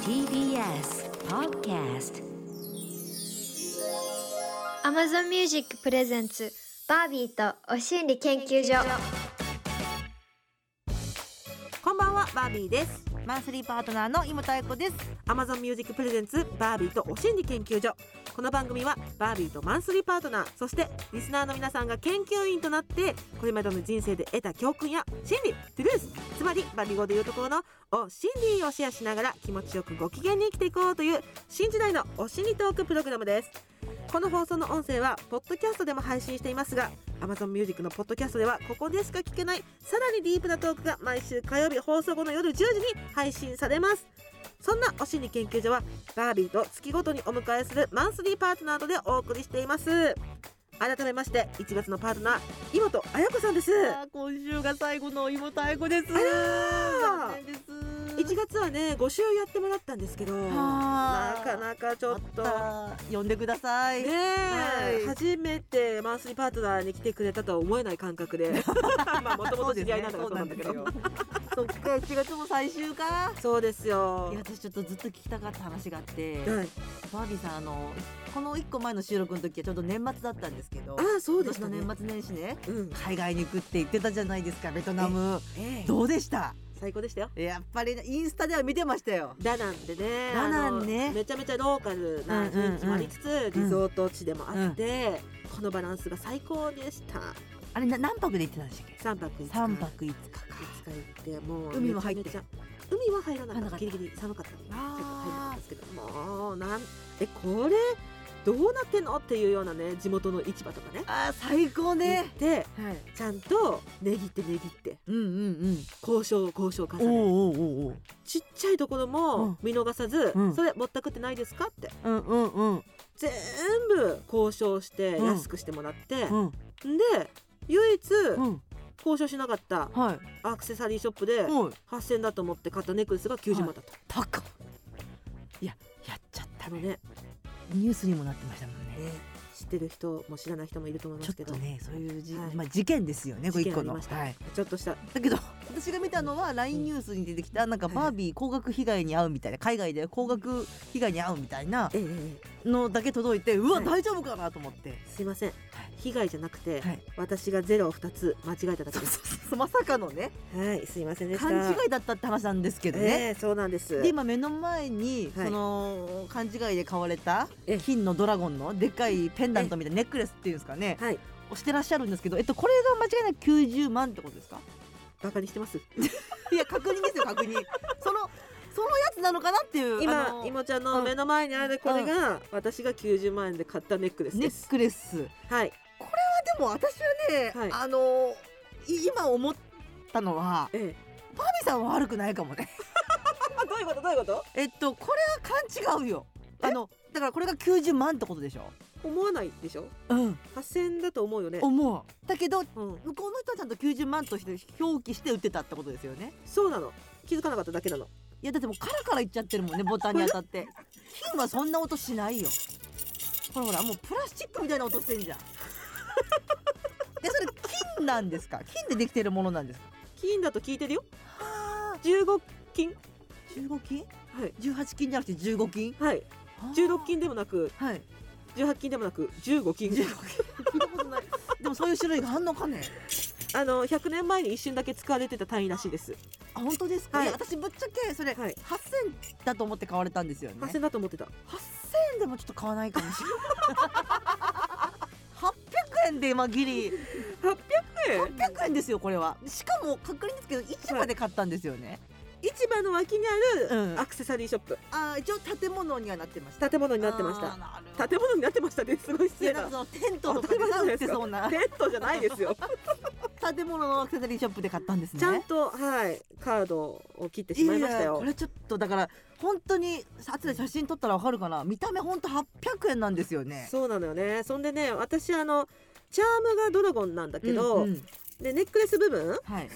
TBS Podcast Amazon Music プレゼンツバービーとお心理研究所こんばんは、バービーです。マンスリーパートナーの井本彩子です。 Amazon Music Presents バービーとお心理研究所。この番組はバービーとマンスリーパートナー、そしてリスナーの皆さんが研究員となって、これまでの人生で得た教訓や心理、トゥルース、つまりバビ語でいうところのお心理をシェアしながら気持ちよくご機嫌に生きていこうという新時代のお心理トークプログラムです。この放送の音声はポッドキャストでも配信していますが Amazon Music のポッドキャストではここでしか聞けないさらにディープなトークが毎週火曜日放送後の夜10時に配信されますそんなお心理研究所はバービーと月ごとにお迎えするマンスリーパートナーとでお送りしています改めまして1月のパートナー井本彩子さんです今週が最後の井本彩子です。あらー残念です。 1月はね5週やってもらったんですけどなはーかなかちょっとあった呼んでください。ねえ、はい初めてマンスリーパートナーに来てくれたとは思えない感覚 でまあもともと知り合いなんだからそうなんだけどそうなんですよ そっか、1月も最終か。そうですよいや、私ちょっとずっと聞きたかった話があって、はい、バービーさん、あの、この1個前の収録の時はちょうど年末だったんですけど、ああそうで今し年のたね年末年始ね、うん、海外に行くって言ってたじゃないですか、ベトナム。ええどうでした最高でしたよやっぱりねインスタでは見てましたよ。ダナンでねダナンあのねめちゃめちゃローカルな雰囲気もありつつ、リゾート地でもあって、このバランスが最高でしたあれな何泊で行ってたんでしたっけ？三泊五日三泊五日か。五日行ってもう海も入ってめちゃめちゃ海は入らな入らなかかっったたギリギリ寒かったのでちょっと入らなかったあんですけどもうなんえこれどうなってんのっていうようなね地元の市場とかねあー最高行っね。てはい。ちゃんと値切って値切ってうんうん交渉交渉をうん。重ねおうおうおう。ちっちゃいところうもん見逃さず、うんそれぼったくってないですかってうんうんうん全部交渉してうん安くしてもらって、うんで唯一うん。交渉しなかったはい。アクセサリーショップでおい8,000だと思って買ったネックレスが90万だった、高っ。いややっちゃったあのね。ねニュースにもなってましたもんね。知ってる人も知らない人もいると思いまちょすっけとどねそういうじ、はいまあ事件ですよねこれ一個の。事件ありましたはい。ちょっとしただけど私が見たのは LINE ニュースに出てきたなんかバービー高額被害に遭うみたいな海外で高額被害に遭うみたいなえええのだけ届いてうわはい大丈夫かなと思って。えすいませんはい被害じゃなくて、はい私がゼロを2つ間違えただそけうですそうそうまさかのねはいすいませんでした勘違いだったって話なんですけどえね、えそうなんですで今目の前に、はいその勘違いで買われたええ金のドラゴンのでっかいペンダントみたいなネックレスっていうんですかね、はいをしてらっしゃるんですけど、えっと、これが間違いなく90万ってことですかバカにしてますいや確認ですよ確認 そのそのやつなのかなっていうあ今のいもちゃんの目の前にあるこれが私が90万円で買ったネックレスネでッす、クレスはいでも私はね、はいあのい今思ったのは ええパミさんは悪くないかもねあどういうことどういうことえっとこれは勘違うよあのだからこれが90万ってことでしょ思わないでしょうん8000だと思うよね、思うだけどうん、向こうの人はちゃんと90万として表記して売ってたってことですよねそうなの気づかなかっただけなのいやだってもうカラカラいっちゃってる もんねボタンに当たって金はそんな音しないよほらほらもうプラスチックみたいな音してん じゃんでそれ金なんですか金でできてるものなんですか金だと聞いてるよはあ15金15金はい18金じゃなくて15金はい16金でもなくはい18金でもなく15金聞いたことないでもそういう種類があんのかねあの100年前に一瞬だけ使われてた単位らしいですあ本当ですか、、はいいや私ぶっちゃけそれ、はい8000だと思って買われたんですよね8000だと思ってた8000でもちょっと買わないかもしれない 800円で今ギリ800円800円ですよこれはしかも確認ですけど市場で買ったんですよね、市場の脇にあうるんアクセサリーショップああ一応建物にはなってまし建物になってましたた建物になってましたねすごい失いや礼なんかなそのテントとか当たり前じゃないで売っですてかそうなテントじゃないですよ建物のアクセサリーショップで買ったんですねちゃんと、はい、カードを切ってしまいましたやよこ。れちょっとだから本当に後で写真撮ったらわかるかな見た目本当800円なんですよねそうなのよね。そんでね、私あのチャームがドラゴンなんだけど、うんうんでネックレス部分はい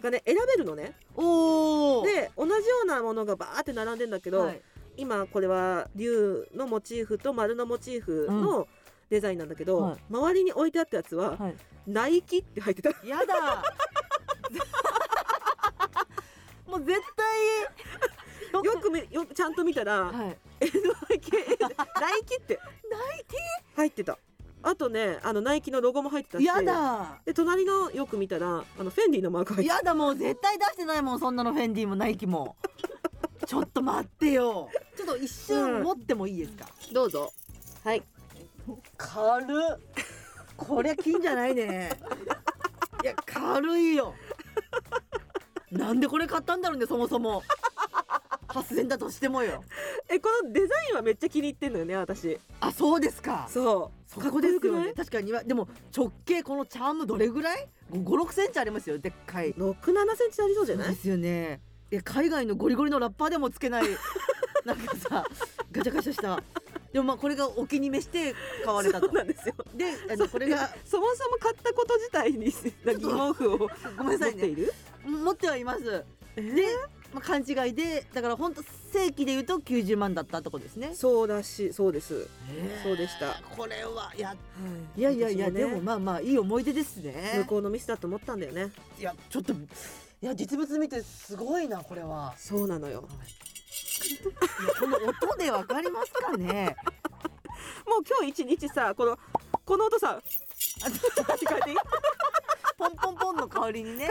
がね選べるのね。おおで同じようなものがバーって並んでんだけど、はい、今これは竜のモチーフと丸のモチーフの、デザインなんだけど、はい周りに置いてあったやつは、はいナイキって入ってたやだもう絶対よくくめよちゃんと見たら、はい NIKE ナイキって入ってたあとねあのナイキのロゴも入ってたしやだで隣のよく見たらあのフェンディのマーク入ってやだもう絶対出してないもんそんなのフェンディもナイキ もちょっと待ってよちょっと一瞬持ってもいいですか、たどうぞはい軽っこりゃ金じゃないねいや軽いよなんでこれ買ったんだろうねそもそも8000だとしてもよえこのデザインはめっちゃ気に入ってんのよね私あそうですかそうそこですよかっこねよ確かにはでも直径このチャームどれぐらい56センチありますよでっかいくない67センチありそうじゃなでいすよねいや海外のゴリゴリのラッパーでもつけ ないなんかさガチャガチャしたでもまあこれがお気に召して買われたそとうなんですよであのこれがそもそも買ったこと自体に疑問符をごめんなさい持ってねいる持ってはいますえで、まあ、勘違いでだから本当正規で言うと90万だったとこですねそうらしいそうです、そうでしたこれはいやいやいやいや、私でねもまあまあいい思い出ですね向こうのミスだと思ったんだよねいやちょっといや実物見てすごいなこれはそうなのよいやこの音でわかりますかねもう今日一日さこのこの音さあって書いていいポンポンポンの香りにね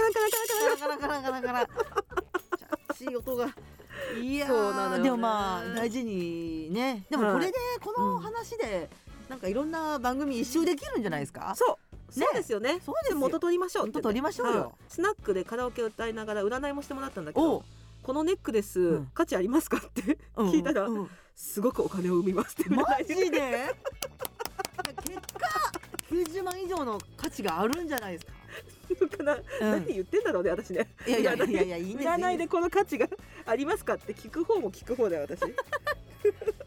カランカランカランカランカラカラカラカラカラしい音がいやーそうなのよねでもまあ大事にねでもこれでこうのん話でなんかいろんな番組一周できるんじゃないですかそうねそうですよねそうですよ元取りましょう元取りましょうよはいスナックでカラオケを歌いながら占いもしてもらったんだけおどうこのネックレス、うん価値ありますかってうん聞いたら、 うんすごくお金を生みますってマ占いジでいや結果90万以上の価値があるんじゃないですか、言うか な、うん何言ってんだろうね私ねいやいやいやいやいいんです占いでこの価値がありますかって聞く方も聞く方だよ私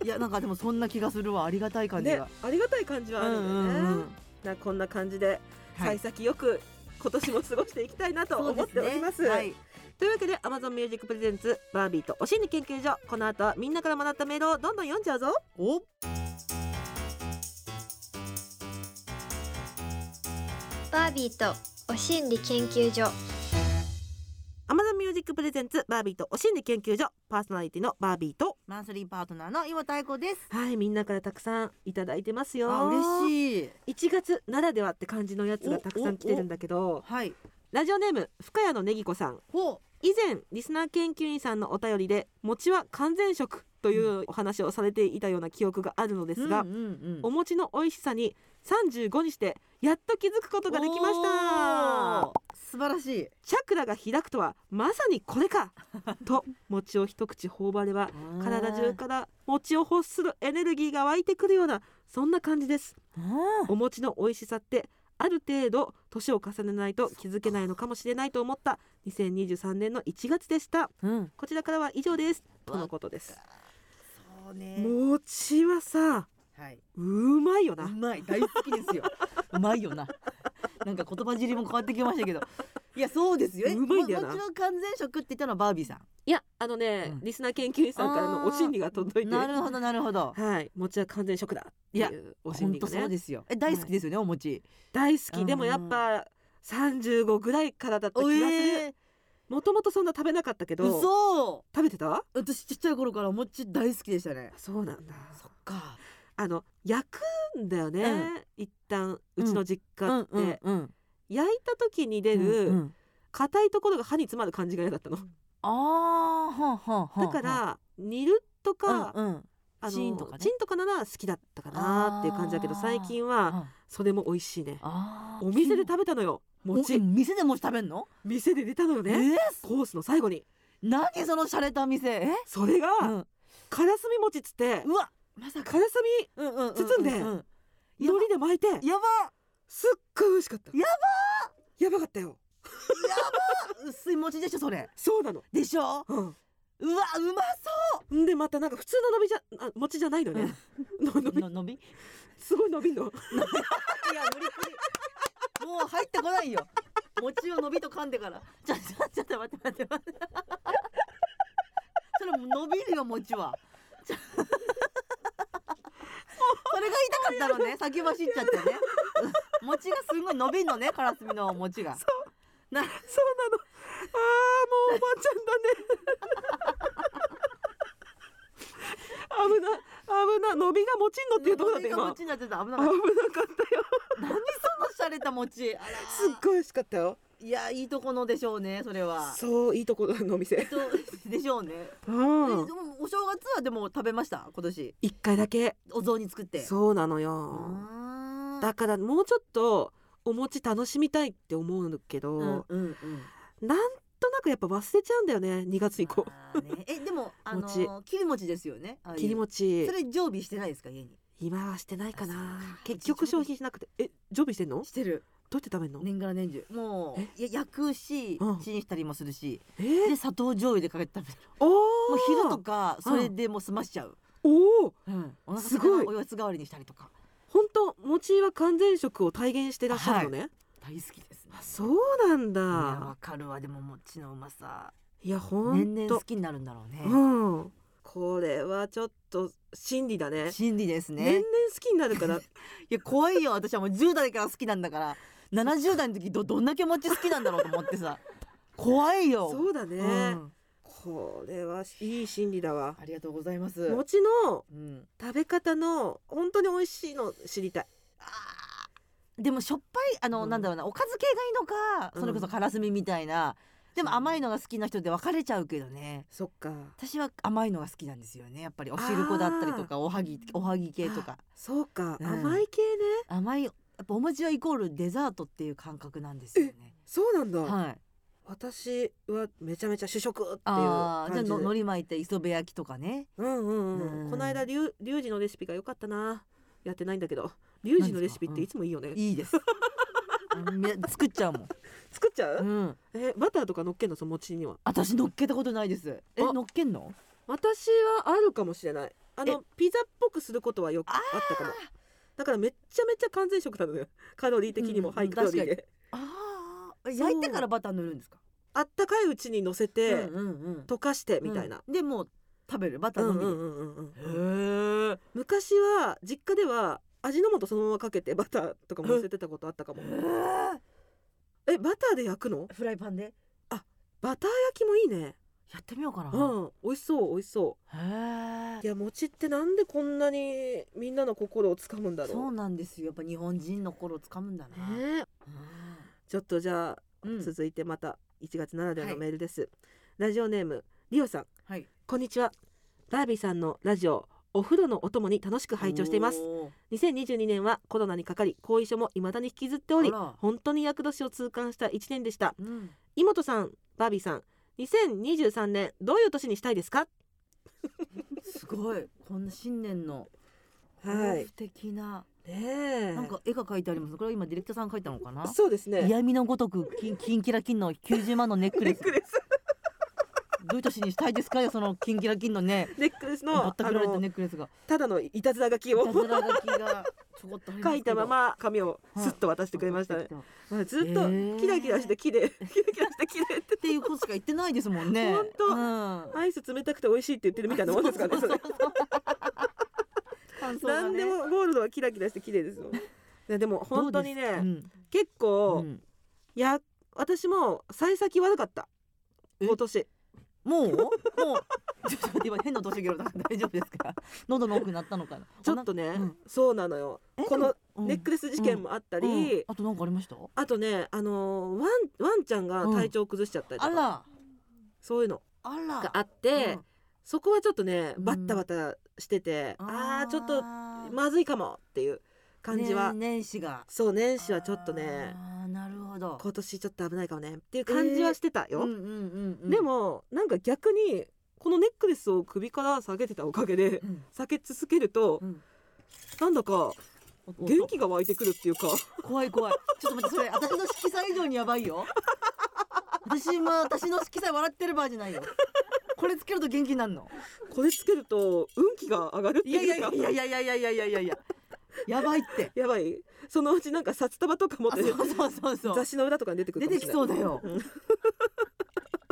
いやなんかでもそんな気がするわありがたい感じねが、ありがたい感じはあるんだよね、なこんな感じでは幸い先よく今年も過ごしていきたいなと思っております。そうでねはいというわけで Amazon Music Presents バービーとお心理研究所この後はみんなからもらったメールをどんどん読んじゃうぞおバービーとお心理研究所 Amazon Music Presents バービーとお心理研究所パーソナリティのバービーとマンスリーパートナーの岩田愛子ですはいみんなからたくさんいただいてますよあしい嬉しい1月ならではって感じのやつがたくさん来てるんだけどはいラジオネーム深谷のねぎこさんほ以前リスナー研究員さんのお便りで餅は完全食というお話をされていたような記憶があるのでうすが、うんうんお餅の美味しさに35にしてやっと気づくことができましたおー素晴らしいチャクラが開くとはまさにこ れかと餅を一口頬張れば体中から餅を欲するエネルギーが湧いてくるようなそんな感じですあーお餅の美味しさってある程度年を重ねないと気づけないのかもしれないと思った2023年の1月でしたうんこちらからは以上ですとのことですそうね餅はさはいうまいようなまい大好きです ようまいよななんか言葉尻も変わってきましたけどいやそうですよえうまいんだよなももちろん完全食って言ったのはバービーさんいやあのね、うんリスナー研究員さんからのお心理が届いてなるほどなるほどはい餅は完全食だっていやいうお心本理当そがうねですよえ大好きですよね、お餅大好うきんでもやっぱ35ぐらいからだった気がするえもともとそんな食べなかったけー、ど食嘘べてた私ちっちゃい頃からお餅大好きでしたねそうなんだそっかあの焼くんだよね、うん一旦うちの実う家って、うん焼いた時に出うるん硬いところが歯に詰まる感じが嫌だったの、ああはんはんはだんから煮るとか、うんうんあのチンとかねチンとかなら好きだったかなっていう感じだけどあー最近はあそれも美味しいねあーお店で食べたのよお餅店で餅食べんの店で出たのよえねーコースの最後に何その洒落た店えそれがうんからすみ餅っつってうわまさかからすうんうんうんうん包んうでみやば海苔で巻いてやばすっごい美味しかったやばやばかったよ薄い餅でしょそれそうなのでしょううわうまんでまたなんか普通の伸びじゃあ餅じゃないのねのそ伸うびののびいすごい伸びんのや無理無理もう入ってこないよ餅をのびと噛んでからちょちょちょっと待って待って待ってそれもう伸びるよ餅はちょそれが言いたかったのね先走っちゃってねうん餅がすごい伸びんのねからすみの餅が な そうなのあーもうおばあちゃんだねな伸びが持ちんのっていうところだっ伸びがた今餅になってた危なか危なったかったよ何その洒落た餅あら すっごい美味しかったよいやいいとこのでしょうねそれはそういいとこのお店とでしょうね、うんえでもお正月はでも食べました今年一回だけお雑煮作ってそうなのうよーんだからもうちょっとお餅楽しみたいって思うけど、うんうんうんなんとなくやっぱ忘れちゃうんだよね2月以降まあねえで もあの餅切り餅ですよねああいう切り餅それ常備してないですか家に今はしてないかあなそうか結局消費しなくてえ常備してんのどしてるうやって食べんの、年がら年中もうや焼くしうんチンしたりもするしえで砂糖醤油でかけて食べるおーもう昼とかそれでもう済ましちゃう、おおうん、お腹すすごごいいおやつ代わりにしたりとか本当餅は完全食を体現してらっしゃるのね、大好きですねあそうなんいやわだかるわでも餅のうまさいやほ年ん々好ときになるんだろうね、うんこれはちょっと真理だね心理です年ね々好きになるから いや怖いよ私はもう10代から好きなんだから70代の時どどんだけ餅好きなんだろうと思ってさ怖いよそうだね、うんこれはいい心理だわありがとうございます餅のうん、食べ方の本当に美味しいの知りたいあーでもしょっぱいあの、うんなんだろうなおかず系がいいのかそれこそからすみみたいな、でも甘いのが好きな人で分かれちゃうけどねそっか私は甘いのが好きなんですよねやっぱりお汁粉だったりとかおはぎおはぎ系とかそうか、うん甘い系ね甘いやっぱお餅はイコールデザートっていう感覚なんですよね。そうなんだ、はい。私はめちゃめちゃ主食っていうあ感あじじゃであののり巻いて磯辺焼きとかね。うんうんうん、うんこの間リュウリュウジのレシピが良かったなやってないんだけどリュウジのレシピっていつもいいよね、いい です。め作っちゃうもん。作っちゃう、うん。えバターとか乗っけんのその餅には私乗っけたことないです。えあ乗っけんの？私はあるかもしれないあのピザっぽくすることはよくあったかもだからめっちゃめちゃ完全食なのよカロリー的にもうんハイカロリーで、確ああ焼いてからバター塗るんですか？あったかいうちに乗せて、うんうんうん。溶かしてみたいな、うん。でもう食べるバターうのんみうで。んうんうんうんへえ。昔は実家では味の素そのままかけてバターとかも乗せてたことあったかもえバターで焼くのフライパンでバター焼きもいいねやってみようかな。うん美味しそう美味しそへういえ。や餅ってなんでこんなにみんなの心をつかむんだそろううなんですよ。やっぱ日本人の心をつかむんだな。ねえちょっとじゃあ、うん続いてまた1月ならではのはいメールです、ラジオネームリオさんはい。こんにちはバービーさんのラジオお風呂のお供に楽しく拝聴していますおー。 2022年はコロナにかかり後遺症も未だに引きずっておりあら本当に厄年を痛感した1年でしたうん。井本さんバービーさん2023年どういう年にしたいですかすごい。こんな新年の。はい素敵な。ねえなんか絵が描いてあります。これは今ディレクターさんが描いたのかな。そうですね嫌味のごとく、金、金キラ金の90万のネックレス。 ネックレスどういう年にしたいですかよ、その金キラ金のね。ネックレスぼのったくられあたのネックレスが。ただのいたずら書きいをたずら書きが。ちょこっとありすけ書どいたま。ま紙をはいすっと渡してくれましたね、っまあ、ずっとへえキラキラして綺麗キラキラして綺麗ってていうことしか言ってないですもんね。ほんとうん。アイス冷たくて美味しいって言ってるみたいなもんですからねそれ感想が何ね。でもゴールドはキラキラして綺麗ですよいやでも本当にね、うん。結う構、んいや私も幸先悪かったえ今年もうもうちょっと待って今変な年頃だから大丈夫ですか喉の奥なったのかなちょっとね、うんそうなのよえこのお腹うんネックレス事件もあったり、うんあとなんかありましたあとねあのーワンワンちゃんが体調崩しちゃったりとあか、らそういうのあらがあって、そこはちょっとねうんバッタバタしてて、うんああちょっとーまずいかもっていう感じは、ね年始がそう年始はちょっとねあーなるほど今年ちょっと危ないかもねっていう感じはしてたよ、うんうんうんうんでもなんか逆にこのネックレスを首から下げてたおかげでうん下げ続けると、うんなんだかおっと元気が湧いてくるっていうか怖い怖いちょっと待ってそれ私の色彩以上にやばいよ私今私の色彩笑ってる場合じゃないよこれつけると元気になるのこれつけると運気が上がるっていやいいやうかいやいやいやいやいやいやいやいややばいってやばいそのうちなんか札束とか持っあてそうそうそうそう雑誌の裏とかに出てくる出かもてきしれないそうだようん。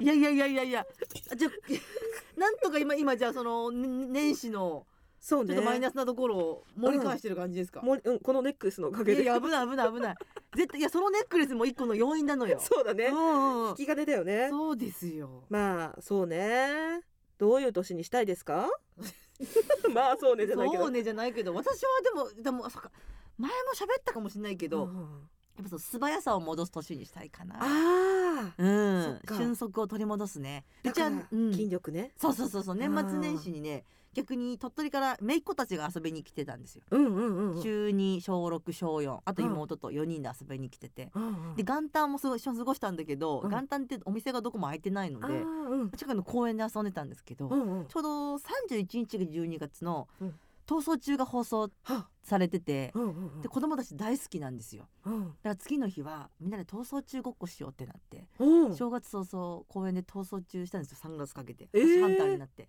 いやいやいやいやいや。あじゃあなんとか今今じゃあそのね年始のそうちょねっとマイナスなところを盛り返してる感じですか。もううん、このネックレスのおかげいやでいや危ない危ない危ない。絶対いやそのネックレスも一個の要因なのよ。そうだねうんうんう引んき金だよねそうですよ。まあそうねどういう年にしたいですか まあそうねじゃないけどそうねじゃないけど私はでもでもそっか前も喋ったかもしれないけど、やうんっぱその素早さを戻す年にしたいかなあうそっんか俊足を取り戻すねあうちは、うん、筋力ねそうそうそうそう年あ末ー年始にね逆に鳥取から姪っ子たちが遊びに来てたんですようんうんうんうん中2小6小4あとうん妹と4人で遊びに来ててうんうんで元旦もすごい一緒に過ごしたんだけど、うん元旦ってお店がどこも開いてないのあでーうん近くの公園で遊んでたんですけど、うんうんちょうど31日が12月のうん「逃走中」が放送はされてて、うんうんうんで子供たち大好きなんですようんだから次の日はみんなで逃走中ごっこしようってなって、うん正月早々公園で逃走中したんですよ3月かけて、え私ーハンターになって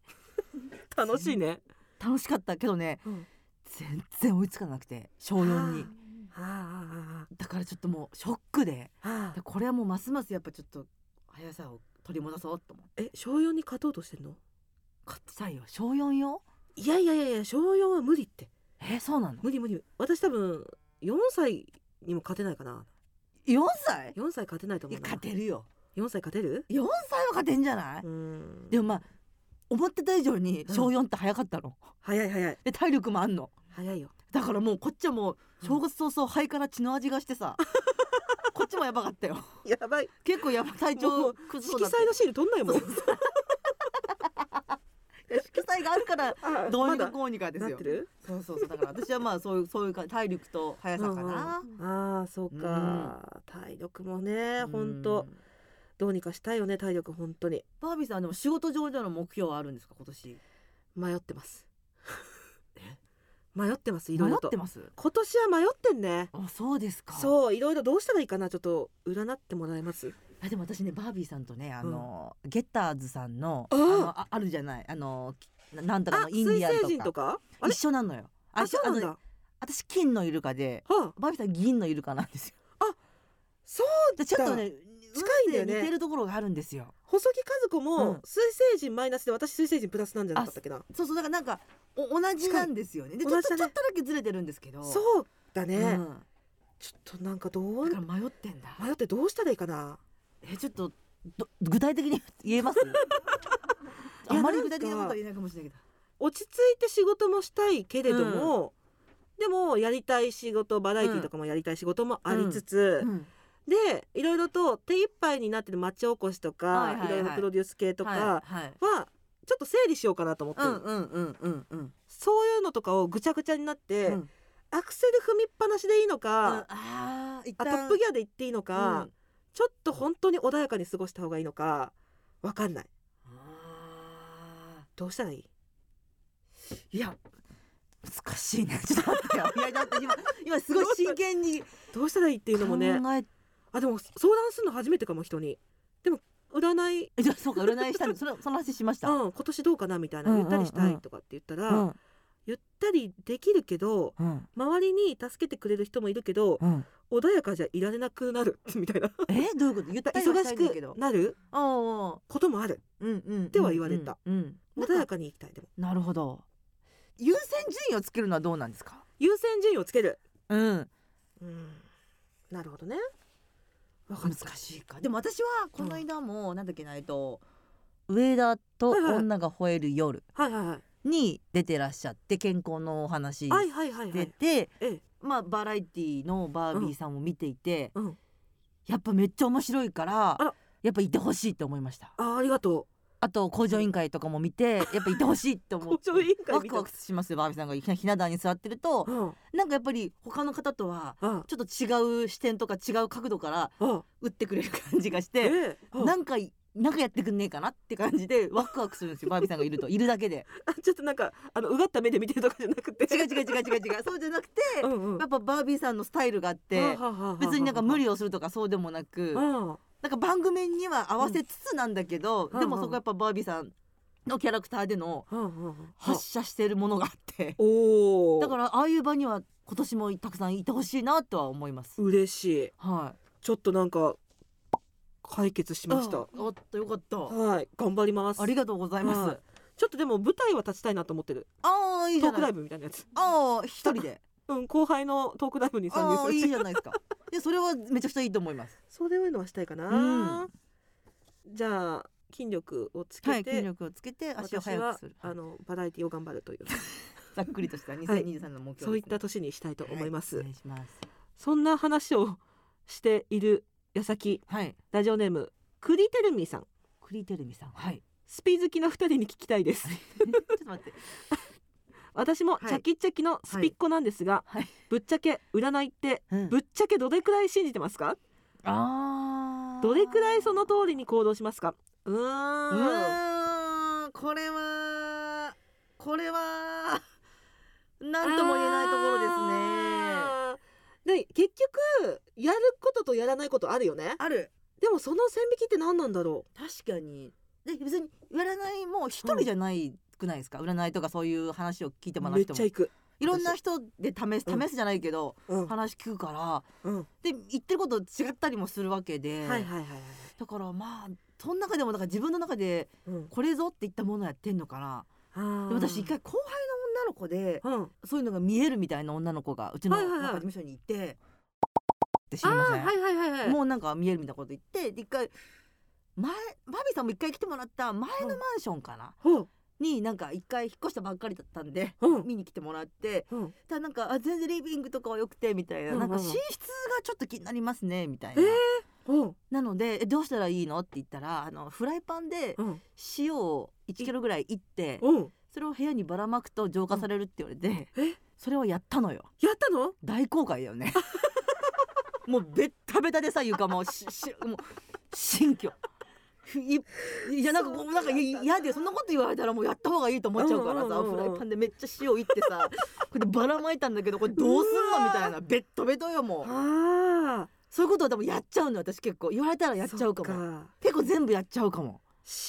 楽しいね楽しかったけどねうん全然追いつかなくて小4にはあだからちょっともうショックでああああでこれはもうますますやっぱちょっと速さを取り戻そうと思ってえ小四に勝とうとしてんの勝ちたいよ小4よいやいやいやいや小四は無理ってえーそうなの無理無理私多分4歳にも勝てないかな4歳4歳勝てないとい思やうな勝てるよ4歳勝てる4歳は勝てんじゃないうーんでもまあ思ってた以上に小4って早かったの、早い早いで体力もあんの早いよだからもうこっちはもう正月早々肺から血の味がしてさこっちもやばかったよやばい結構やば体も調う崩そうだ色った彩のシール取んないもんいや色彩があるからあどうにかまだこうにかですなっよてるそうそうそうだから私はまあそういうそういうか体力と速さかな、うんうんあーそうか、体力もね本当、うんどうにかしたいよね体力本当にバービーさんでも仕事上での目標はあるんですか今年迷ってます 迷ってますいろいろ迷とってます今年は迷ってんねあそうですかそういろいろどうしたらいいかなちょっと占ってもらえますあでも私ねバービーさんとねあの、ゲッターズさんのああーのああるじゃないあのきななんたらあのイン水ディアン星と人かとかあれ一緒なのよあ一緒そうなのんだ私金のイルカではあバービーさん銀のイルカなんですよそうでちょっとね近いんだよね運勢似てるところがあるんですよ細木和子うもん水星人マイナスで私水星人プラスなんじゃなかったっけなそうそうだからなんかお同じなんですよねでちょ同っじとだちねょっとだけずれてるんですけどそうだね、うんちょっとなんかどうだから迷ってんだ迷ってどうしたらいいかなえちょっとど具体的に言え ますいあやまりなん具体か的なことは言えないかもしれないけど落ち着いて仕事もしたいけれども、でもやりたい仕事バラエティとかもやりたい仕事もありつつ、うんでいろいろと手一杯になってる町おこしとか、はいいはいはいろいろプロデュース系とかは、はいはいちょっと整理しようかなと思ってうる、んうんうんうんうんそういうのとかをぐちゃぐちゃになって、うんアクセル踏みっぱなしでいいのあか、あー一あト旦ップギアで行っていいのか、うんちょっと本当に穏やかに過ごした方がいいのかわかんないあどうしたらいいーいや難しいねちょっと待ってよいやだって今今すごい真剣に考どうしたらいいっていうのもねえあでも相談するの初めてかも人にでも占い、 えじゃあそうか占いしたんでそのその話しました、うん、今年どうかなみたいな、うんうんゆったりしたいとかって言ったら、うんゆったりできるけどうん周りに助けてくれる人もいるけどうん穏やかじゃいられなくなるみた いな えどういうこと言ったりは忙たしいんだけくどなるああこともあるうんうんっては言われたうんうんうん穏やかにいきたいでもなるほど優先順位をつけるのはどうなんですか優先順位をつけるうんうんなるほどねわかっ難たしいかでも私はこの間も、なんだっけなえっと上田とはいはい女が吠える夜はいはいはいに出てらっしゃって健康のお話はいはいはいは出いて、ええまあバラエティのバービーさんを見ていて、うんやっぱめっちゃ面白いからあらやっぱいてほしいって思いましたあありがとあと工場委員会とかも見 てやっぱいてほしいって思って工場委員会ワ見クたワクしますよバービーさんがひなひな壇に座ってるとううんなんかやっぱり他の方とはあちょっと違う視点とか違う角度からあ打ってくれる感じがしえてえあなんかなんかやってくんねえかなって感じでワクワクするんですよバービーさんがいるといるだけであちょっとなんかあのうがった目で見てるとかじゃなくて違う違う違う違う違う そうじゃなくて うんうんやっぱバービーさんのスタイルがあってはあはあはあはあ別になんか無理をするとかそうでもなくうんなんか番組には合わせつつなんだけどうんでもそこやっぱバービーさんのキャラクターでのうんうんうん発射してるものがあっておおだからああいう場には今年もたくさんいてほしいなとは思います。嬉しいはいちょっとなんか解決しましあたあったよかった。はい頑張りますありがとうございます。はいちょっとでも舞台は立ちたいなと思ってるああいいじトゃークなライい。ブみたいなやつああ一人 で。うん後輩のトークライブに参ああ入いいすじるゃないですか。でそれはめちゃくちゃいいと思います。そういうのはしたいかな、うじゃあ筋力を つはけい、て、筋力をつけて足を私速はくする。あのバラエティを頑張るというざっくりとした2023の目標です、ねそういった年にしたいと思います、はいお願いします。そんな話をしている矢先はい、ラジオネームクリテルミーさんクリテルミさん。 はい。スピ好きな二人に聞きたいですちょっと待って。私もいチャキチャキのスピっ子なんですが、はいはいぶっちゃけ占いってうんぶっちゃけどれくらい信じてますかあーどれくらいその通りに行動しますかうーうんーんこれはこれは なんとも言えないところですねあーで結局やることとやらないことあるよねあるでもその線引きって何なんだろ確かにで別に占いも一人じゃないくないですか、占いとかそういう話を聞いてうもらめうっ人ちもゃ行く、いろんな人で試すうん試すじゃないけど、うんは話聞くからいで言ってること違ったりもするわけで、はいはいはい、だからまあその中でもだから自分の中でうん、これぞっていったものやってんのかなであーも私一、回後輩の女の子でうん、そういうのが見えるみたいな女の子がうちのはないんはいかはい事務所にいて、って知ありーません、はいはいはいはいもうなんか見えるみたいなこと言ってで一回前バビーさんも一回来てもらった前のマンションかな、ほうになんか一回引っ越したばっかりだったんで、うん見に来てもらってうんただなんかあ全然リビングとかは良くてみたいな,、うんうんうんなんか寝室がちょっと気になりますねみたいな、えーほうなのでえどうしたらいいのって言ったらあのフライパンでうん塩を1キロぐらいいってうんそれを部屋にばらまくと浄化されるって言われて、うんえそれをやったのよ。やったの大公開だよね もうベッタベタでさ床もししもう新居いいやなんかこうなんかい嫌でそんなこと言われたらもうやった方がいいと思っちゃうからさうんうんうんうんフライパンでめっちゃ塩いってさこれでばらまいたんだけどこれどうすんのみたいなベッタベタよもうああそういうことはでもやっちゃうのよ私結構言われたらやっちゃうかも結構全部やっちゃうかも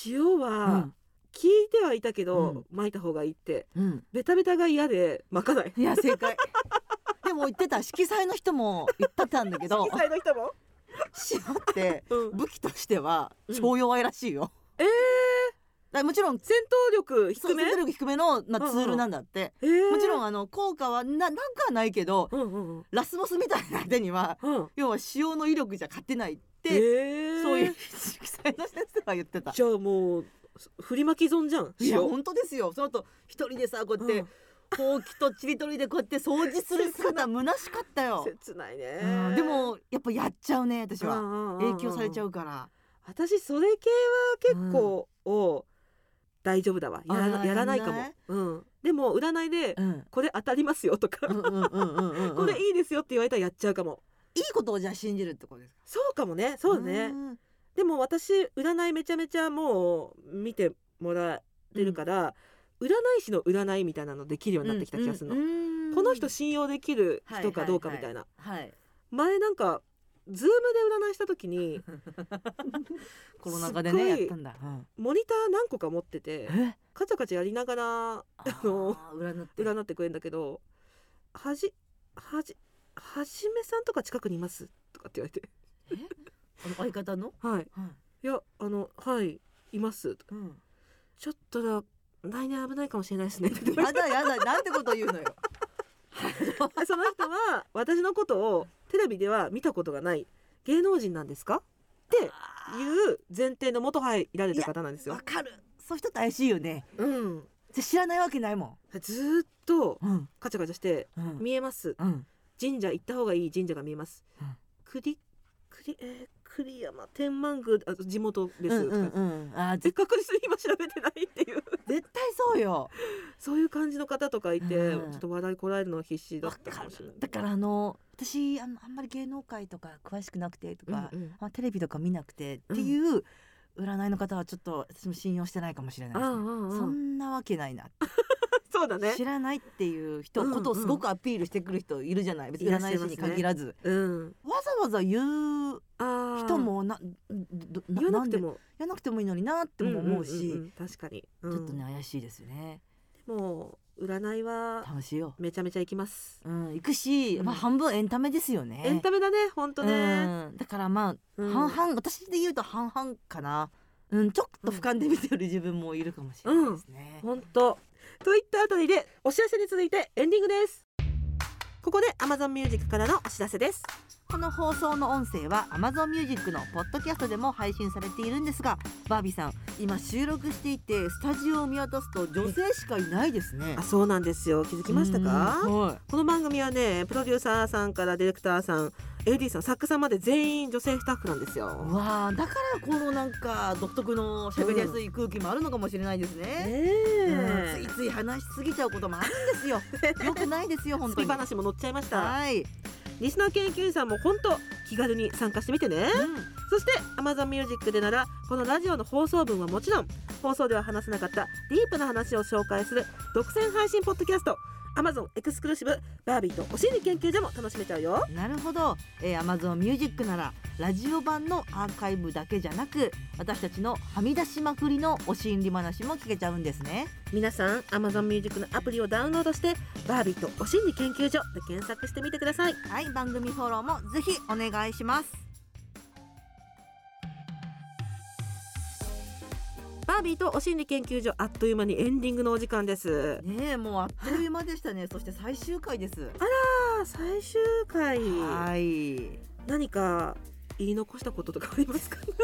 塩は聞いてはいたけど、うん巻いた方がいいってうん、うんベタベタが嫌で巻かないいや正 解でも言ってた色彩の人も言ってたんだけど 色彩の人も、塩ってうん、 武器としてはうん超弱いらしいよ。えーだからもちろん戦闘力低そうめ戦闘力低めの、まあうんうんツールなんだって、えーもちろんあの効果はななくはないけど、うんうんうんラスボスみたいな手には うん要は塩の威力じゃ勝てないって、えーそういう色彩の先生は言ってた。じゃあもう振り巻き損じゃんいや塩本当ですよその後一人でさこうやって、うんほうきとちりとりでこうやって掃除する姿虚しかったよ、切ないね、うんでもやっぱやっちゃうね私は、影響されちゃううからん私それ系は結構、お大丈夫だわやあらーやらないやからもないうん、でも占いで、うんこれ当たりますよとか、うんうんうんうんうんうんこれいいですよって言われたらやっちゃうかもいいことをじゃあ信じるってことですかそうかもねそうねんでも私占いめちゃめちゃもう見てもらってるから、占い師の占いみたいなのできるようになってきた気がするの、のこの人信用できる人かどうかみたいな、はい前なんかズームで占いした時にコロナ禍でねすやっっごいたんだ、うん、モニター何個か持っててえカチャカチャやりながらあのー占って占ってくれるんだけど「はじはじはじめさんとか近くにいます?」とかって言われてえあの相方の「はいうんいやあのはいいます」とかうん、ちょっとだ来年危ないかもしれないですね」 って言ってやだやだなんてこと言うのよでその人は私のことをテレビでは見たことがない芸能人なんですかっていう前提の元入られた方なんですよわ。かるそういう人って怪しいよねうん、じゃあ知らないわけないもずーっとんうんカチャカチャしてう「ん見えますうん神社行った方がいい神社が見えますうん」くりくりえー栗山天満宮あ地元です」うんとかう言んってうんあー せぜっかくに今調べてないっていう 絶対そうよそういう感じの方とかいて、うんちょっと話題こらえるの必死だわったかかもしれなるい。だからあの私あのあんまり芸能界とか詳しくなくてとか、うんうんまあ、テレビとか見なくてっていう占いの方はちょっと私も信用してないかもしれないですね、うんうんうんそんなわけないな、そうだね知。らないっていう人、うんうんことをすごくアピールしてくる人いるじゃない別にいらっし占ゃいい師ますねに限らず、うん、わざわざ言うあー人もなどな言わななくんてでも言わなくてもいいのになっても思うし、んんんん確かに、うんちょっとね怪しいですよねもう占いは楽しいよめちゃめちゃ行きます、う、うん、行くし、うんまあ半分エンタメですよねエンタメだねほんとね、うん、だからまあうん半々私で言うと半々かなうんちょっと俯瞰で見てる自分もいるかもしれないですね、ほんとといったあたりでお知らせに続いてエンディングですここで Amazon Music からのお知らせですこの放送の音声は Amazon Music のポッドキャストでも配信されているんですがバービーさん今収録していてスタジオを見渡すと女性しかいないですねあそうなんですよ気づきましたかうんはいこの番組はねプロデューサーさんからディレクターさん AD さん作家さんまで全員女性スタッフなんですうよ。わあだからこのなんか独特の喋りやすい空気もあるのかもしれないですね、えうんついつい話しすぎちゃうこともあるんです よよくないですよ本ス当ピに話も載っちゃいましたはい、リスナー研究員さんも本当気軽に参加してみてね、そして Amazon Music でならこのラジオの放送分はもちろん放送では話せなかったディープな話を紹介する独占配信ポッドキャスト Amazon エクスクルーシブバービーとお心理研究所も楽しめちゃうようんなるほど、えー、Amazon Music ならラジオ版のアーカイブだけじゃなく私たちのはみ出しまくりのお心理話も聞けちゃうんですね皆さん Amazon Music のアプリをダウンロードしてバービーとお心理研究所で検索してみてくださいはい番組フォローもぜひお願いしますバービーとお心理研究所あっという間にエンディングのお時間ですねえもうあっという間でしたねそして最終回ですあ最終回はい何か言い残したこととかありますか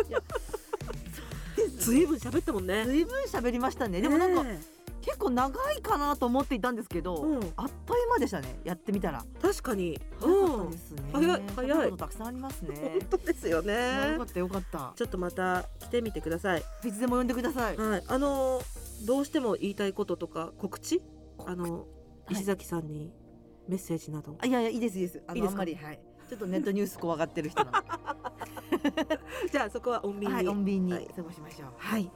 ずいぶん喋ったもんねずいぶん喋りましたねでもなんか、ね結構長いかなと思っていたんですけど、うんあっという間でしたねやってみたら確かに早かったですね早いそ早いんなことたくさんあります ね本当ですよねよかったよかったちょっとまた来てみてくださいいつでも呼んでください、はいあのーどうしても言いたいこととか告知あのい石崎さんにメッセージ など、あいやいやいいですいいですあのいいであすかんまりはいちょっとネットニュース怖がってる 人なじゃあそこは穏ので、便はにい、穏便にはい過ごしましょうはい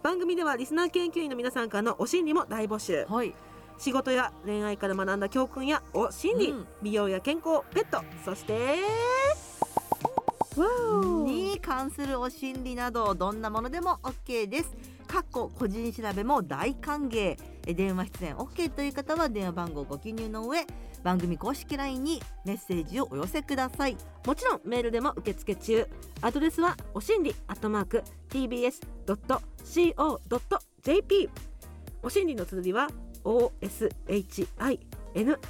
番組ではリスナー研究員の皆さんからのお心理も大募集はい、仕事や恋愛から学んだ教訓やお心理、うん美容や健康ペットそしてわおに関するお心理などどんなものでも OK です。かっこ個人調べも大歓迎え電話出演 OK という方は電話番号をご記入の上番組公式 LINE にメッセージをお寄せくださいもちろんメールでも受付中アドレスはお心理アットマーク tbs.co.jp お心理の綴りは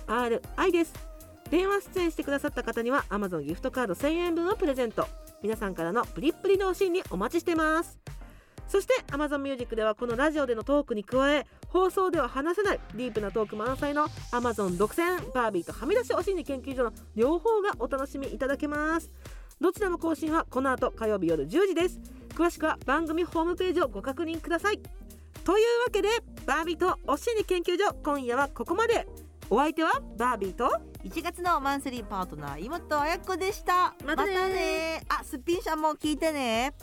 oshinri です電話出演してくださった方には Amazon ギフトカード1000円分をプレゼント皆さんからのプリップリのお心理お待ちしてますそして Amazon Music ではこのラジオでのトークに加え放送では話せないディープなトーク満載の Amazon 独占バービーとはみ出しお心理研究所の両方がお楽しみいただけますどちらも更新はこの後火曜日夜10時です詳しくは番組ホームページをご確認くださいというわけでバービーとお心理研究所今夜はここまでお相手はバービーと1月のマンスリーパートナー妹あやっこでしたまたねあすっぴんしゃんも聞いてね